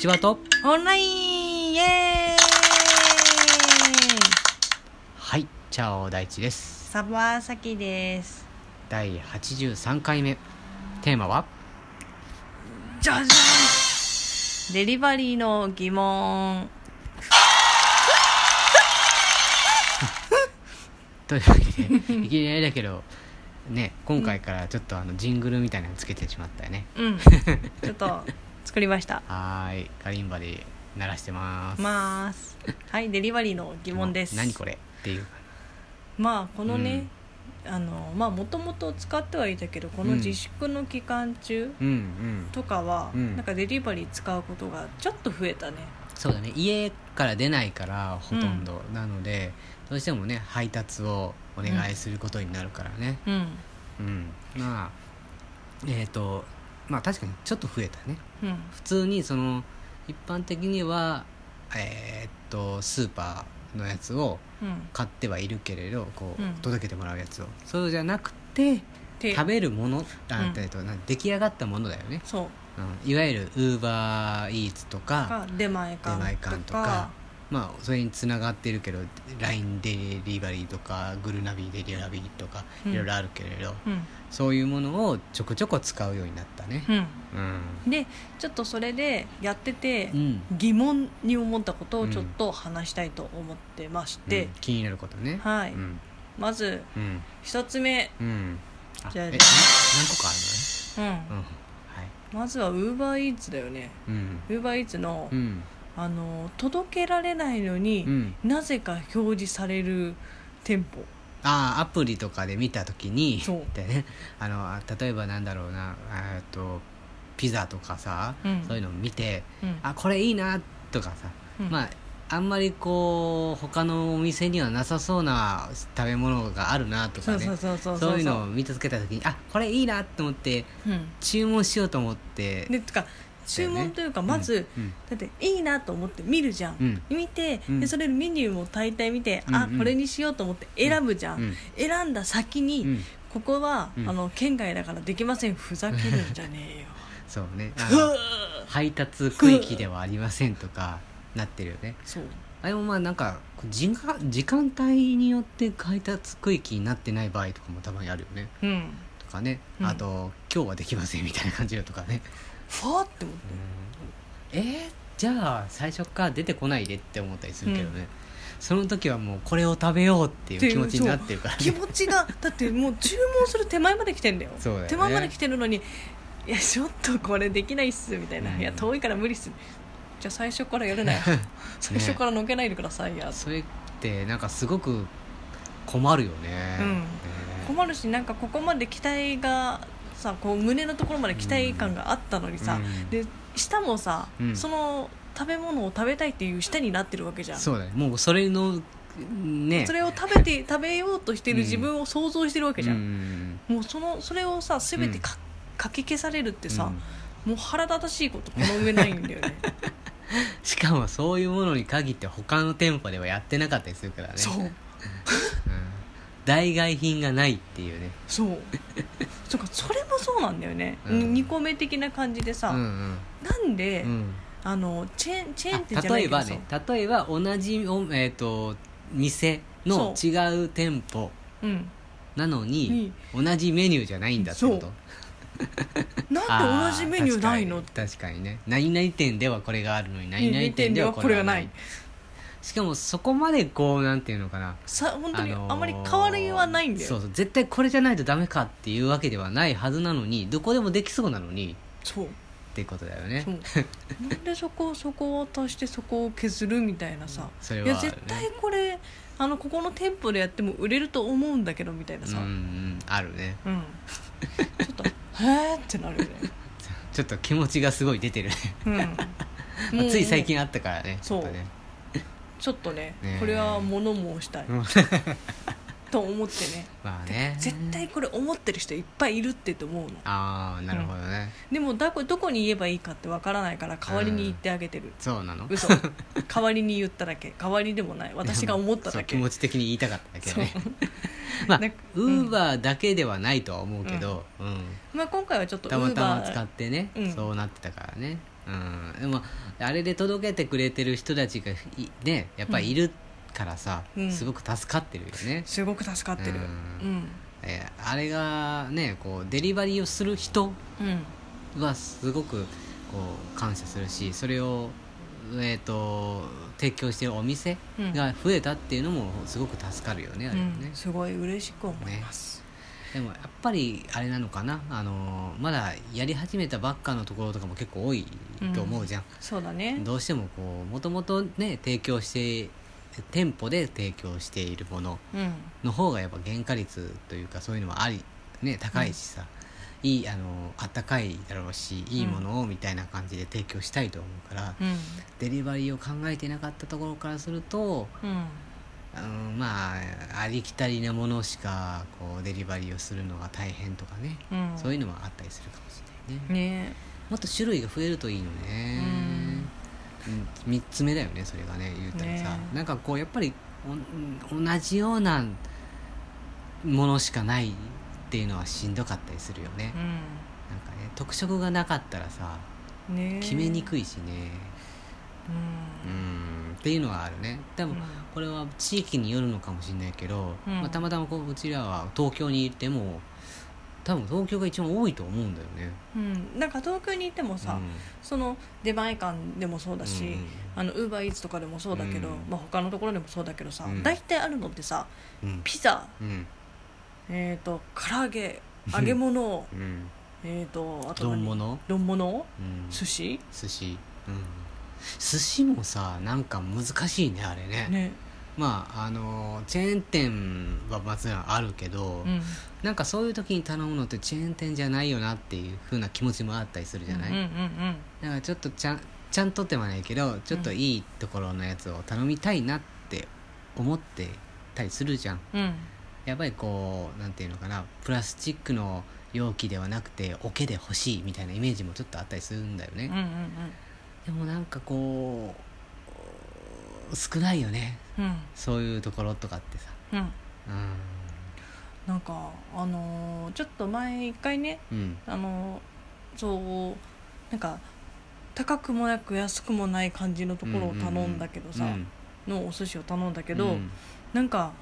ちわとオンラインイエーイはいチャオ大地ですサバーサキです第83回目テーマはじゃじゃんデリバリーの疑問というわけでい きなりだけどね今回からちょっとあのジングルみたいなのつけてしまったよねうん ちょっと作りましたはーいカリンバで鳴らしてますまーすはいデリバリーの疑問です何これっていうまあこのね、あのまあもともと使ってはいたけどこの自粛の期間中うんうんとかは、うんなんかデリバリー使うことがちょっと増えたねそうだね家から出ないからほとんど、なのでどうしてもね配達をお願いすることになるからねうんうん、まあえっ、とまあ確かにちょっと増えたねうん普通にその一般的にはえーっとスーパーのやつをうん買ってはいるけれどこう、うん届けてもらうやつをそうじゃなくてで食べるものだうんったりと、なん出来上がったものだよね、そううん、いわゆるウーバーイーツとかか出前出館前館とかまあそれにつながってるけど LINE デリバリーとかグルナビデリバリーとかうんいろいろあるけれど、うんそういうものをちょこちょこ使うようになったね。うんうんでちょっとそれでやっててうん疑問に思ったことをちょっと話したいと思ってまして、うん気になることね。はいうんまずうん一つ目、うん。あじゃあえな何個かあうんるのね。まずはウーバーイーツだよねうんはい。ウーバーイーツの,、うんあの届けられないのに、うんうん。なぜか表示される店舗ああアプリとかで見たときにそうでねあのあ例えばなんだろうなえっとピザとかさ、うんそういうのを見てうんあこれいいなとかさ、うんまああんまりこう他のお店にはなさそうな食べ物があるなとかそねうそうそうそうそういうのを見つけたときにあこれいいなと思ってうん注文しようと思ってでつか注文というか、うんまず、うんだっていいなと思って見るじゃん、うん見て、うんでそれでメニューも大体見て、うあんうんこれにしようと思って選ぶじゃん、うん選んだ先に、うんここは、うんあの県外だからできませんふざけるんじゃね えよそうねあの配達区域ではありませんとかなってるよねそうあれもまあなんか時間時間帯によって配達区域になってない場合とかもたまにあるよねうんとかね、うんあと今日はできませんみたいな感じだとかねふわって思ってえーじゃあ最初から出てこないでって思ったりするけどね、その時はもうこれを食べようっていう気持ちになってるから気ね持ちがだってもう注文する手前まで来てんだよそうだよね手前まで来てるのにいやちょっとこれできないっすみたいな、うんいや遠いから無理っすじゃあ最初からや るなよ最初からのけないでくださいや、 それってなんかすごく困るよね,、うんね困るしなんかここまで期待がさこう胸のところまで期待感があったのにさ、うんで舌もさ、うんその食べ物を食べたいっていう舌になってるわけじゃんそうだねもうそれのねそれを食べて食べようとしてる自分を想像してるわけじゃ、うんんもうそのそれをさ全てか、かき消されるってさ、うんもう腹立たしいことこの上ないんだよ ねしかもそういうものに限って他の店舗ではやってなかったりするからねそううん代替品がないっていうねそうそうかそれもそうなんだよね、うんに2個目的な感じでさ、うんうんなんで、うんあのチェーンチェーン店じゃあな例えいけどばさね例えば同じお、えー、と店のそ違う店舗うんなのに同じメニューじゃないんだってことそうなあんで同じメニューないの確かに確かにね何々店ではこれがあるのに何々店ではこれがない何々店ではこしかもそこまでこうなんていうのかなさ本当にのーあまり変わりはないんだよ、そうそう絶対これじゃないとダメかっていうわけではないはずなのにどこでもできそうなのにそうってことだよね そうなんでそこをそこを足してそこを削るみたいなさ、それいやはある絶ね対これあのここの店舗でやっても売れると思うんだけどみたいうなんさ、うんあるねうん、ちょっと「へーってなるよね、ちょっと気持ちがすごい出てるね うん、もうつい最近あったからねそうちょっとねちょっとねねえこれは物申したいと思ってねまあね絶対これ思ってる人いっぱいいるってって思うのああなるほどね、でもだこどこに言えばいいかってわからないから代わりに言ってあげてる、そうなの 嘘代わりに言っただけ代わりでもない私が思った そうだけ気持ち的に言いたかっただけねそう まあウなんかーバーだけではないとは思うけど、うんまあ、今回はちょっとウたまーたまバ使っーてね、うんそうなってたからね、うん、でもあれで届けてくれてる人たちがいねやっぱりいるからさ、うんすごく助かってるよね、すごく助かってるうんえーあれがねこうデリバリーをする人うんはすごくこう感謝するしそれを、えー、と提供してるお店うんが増えたっていうのもすごく助かるよね、あれはねうん、すごい嬉しく思います、でもやっぱりあれなのかなあのまだやり始めたばっかのところとかも結構多いと思うじゃん、そうだねどうしてもこうもともとね提供して店舗で提供しているものうんの方がやっぱ原価率というかそういうのもありね高いしさ、いいあのあったかいだろうしいいものをみたいな感じで提供したいと思うから、うんデリバリーを考えてなかったところからすると、うんうん、まあありきたりなものしかこうデリバリーをするのが大変とかね、うんそういうのもあったりするかもしれないね、ねもっと種類が増えるといいのね、うん、3つ目だよねそれがね言うたらさ、ねなんかこうやっぱりおん同じようなものしかないっていうのはしんどかったりするよね、なんかね特色がなかったらさうんね決めにくいいしねううんんっていうのはあるね多分、うんこれは地域によるのかもしれないけど、うんまあ、たまたまこううちらは東京にいても多分東京が一番多いと思うんだよねうん、なんか東京にいてもさ、うんその出前館でもそうだし、うんあのウーバーイーツとかでもそうだけど、うんまあ、他のところでもそうだけどさ、うん大体あるのってさうんピザうんえっ、と唐揚げ揚げ物うんえっとあと丼何物、丼物うん、寿司寿司うん寿司もさなんか難しいねあれねねまああのチェーン店はもちろんあるけど、うんなんかそういう時に頼むのってチェーン店じゃないよなっていう風な気持ちもあったりするじゃない、うんうんだからちょっとちゃんちゃんとってはないけどちょっといいところのやつを頼みたいなって思ってたりするじゃんうんうんやっぱりこうなんていうのかなプラスチックの容器ではなくて桶で欲しいみたいなイメージもちょっとあったりするんだよね、うんうんでもなんかこう少ないよねうんうんそういうところとかってさうんうなんかあのーちょっと前一回ねんうんあのーそうなんか高くもなく安くもない感じのところを頼んだけどさ、うんのお寿司を頼んだけど、うんなんか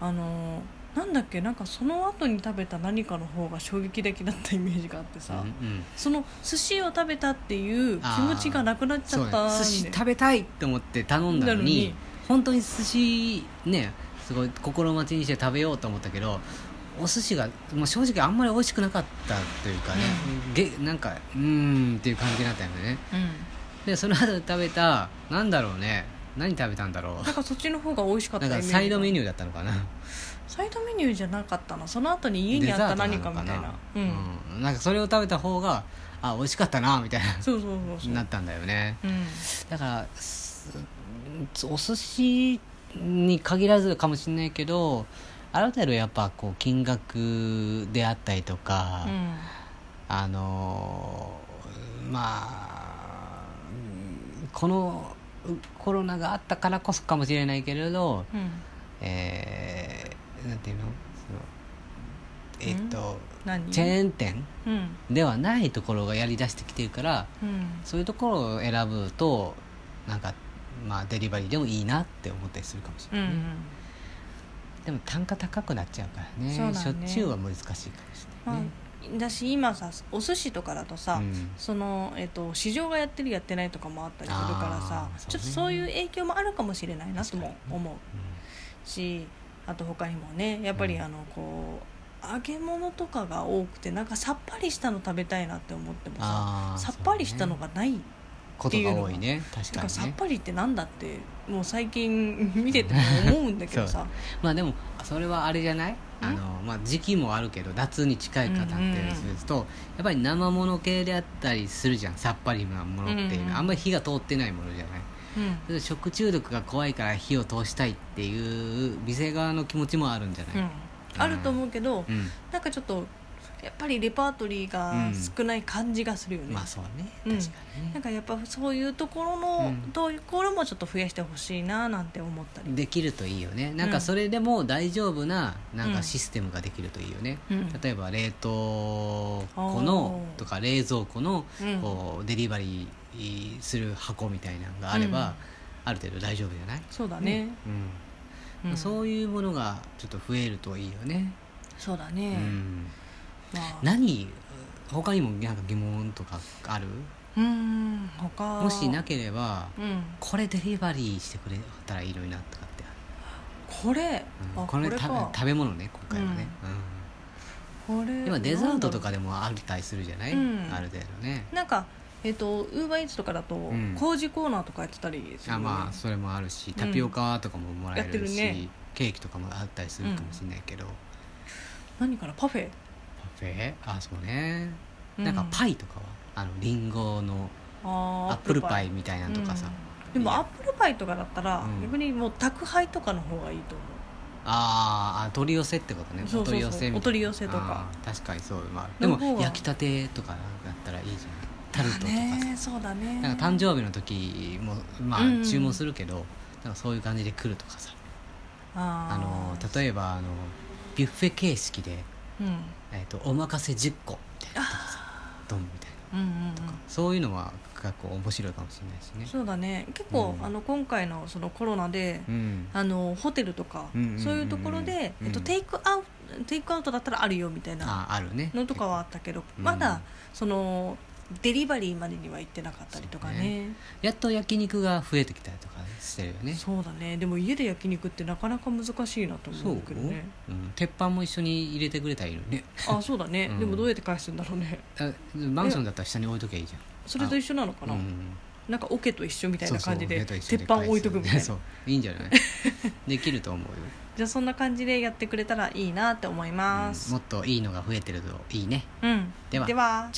あのーなんだっけなんかその後に食べた何かの方が衝撃的だったイメージがあってさ、うんうんその寿司を食べたっていう気持ちがなくなっちゃそっうたんだで寿司食べたいと思って頼んだのになのに本当に寿司ねすごい心待ちにして食べようと思ったけどお寿司が、まあ、正直あんまり美味しくなかったというかね、げなんかうーんっていう感じだったよねうん、でその後食べたなんだろうね何食べたんだろなんかそっちの方が美味しかっうたなんイかメージサイドメニューだったのかなサイドメニューじゃなかったなその後に家にあった何かみたいなデザートなのかうん、なうんなんかそれを食べた方があ美味しかったなみたいなそうそうそうそうなったんだよねうんだからすお寿司に限らずかもしれないけどある程度やっぱこう金額であったりとか、うんあのーまあうんこのコロナがあったからこそかもしれないけれど、うんえーなんていうのそのえっと、何チェーン店うんではないところがやりだしてきてるからうんそういうところを選ぶとなんかまあデリバリーでもいいなって思ったりするかもしうれんうないね、んでも単価高くなっちゃうからねそうしだょねっちゅうは難しいかもしれまないね、あ、だし今さお寿司とかだとさ、うんそのえっと市場がやってるやってないとかもあったりするからさ、あーそうねちょっとそういう影響もあるかもしれないなとも確かに思うしあと他にもねやっぱりあのこう揚げ物とかが多くてなんかさっぱりしたの食べたいなって思ってもさあーさっぱりしたのそうねがない、ことが多いね確てかかにさっねぱりってなんだってもう最近見てても思うんだけどさまあでもそれはあれじゃないあの、まあ、時期もあるけど夏に近い方ってうんうんうんすると、やっぱり生もの系であったりするじゃんさっぱりなものっていうのは、うんうんあんまり火が通ってないものじゃないうん それで食中毒が怖いから火を通したいっていう店側の気持ちもあるんじゃない、うんあると思うけど、うんなんかちょっとやっぱりレパートリーが少ない感じがするよね、まあそうねうん確かになんね、かやっぱそういうところうの、んところもちょっと増やしてほしいななんて思ったり、できるといいよねなんかそれでも大丈夫ななんかシステムができるといいよね、うん例えば冷凍庫のとか冷蔵庫のうんこうデリバリーする箱みたいなのがあれば、うんある程度大丈夫じゃない、そうだねうんうんそういうものがちょっと増えるといいよね、そうだうね、ん、まあ何他にもなんか疑問とかあるうん他もしなければうんこれデリバリーしてくれたらいいのになとかってあこれ、る、うんあこれかた食べ物ね今回はね、こうれん今デザートとかででもあったりするじゃない、うんある程度ねなんかえっ、とウーバーイーツとかだと、ん工事コーナーとかやってたりするあよねまあそれもあるしタピオカとかももらえるし、やってるねケーキとかもあったりするかもしれないけど、何かなパフェ、パフェあそうね、うなんかパイとかはあのリンゴのあアーップルパイみたいなのとかさ、うんでもアップルパイとかだったら、うん逆にもう宅配とかの方がいいと思あーあ取り寄せってことねそうそお取うそうり寄せみたいなお取り寄せとかあー確かにそう、まあ、での方もが焼きたてとかだったらいいじゃんタルうトとかさ、ねそうだねなんか誕生日の時もまうんうんあ注文するけど、なんかそういう感じで来るとかさああの例えばあのビュッフェ形式で、ーうんえー、とお任せ10個みたいなとかさドンみたいなうんうんうんそういうのは結構面白いかもしれないしねそうだね結構、うんあの今回のそのコロナで、うんあのホテルとか、うんうんうんうんそういうところで、えっと、うんテイクアウトテイクアウトだったらあるよみたいなああるねのとかはあったけど、うんまだそのデリバリーまでには行ってなかったりとかそうねやっと焼肉が増えてきたりとかしてるよねそうだねでも家で焼肉ってなかなか難しいなとそ思ううけどねうん、鉄板も一緒に入れてくれたらいいのにねあそうだね、うんでもどうやって返すんだろうねあマンションだったら下に置いときゃいいじそれと一緒なのかゃんな、うんなんかオケと一緒みたいな感じでそうそう鉄板置いとくみたい なそういいんじゃ ないできると思うよ、じゃあそんな感じでやってくれたらいいなって思いまうんすもっといいのが増えてるといいねうん、ではでは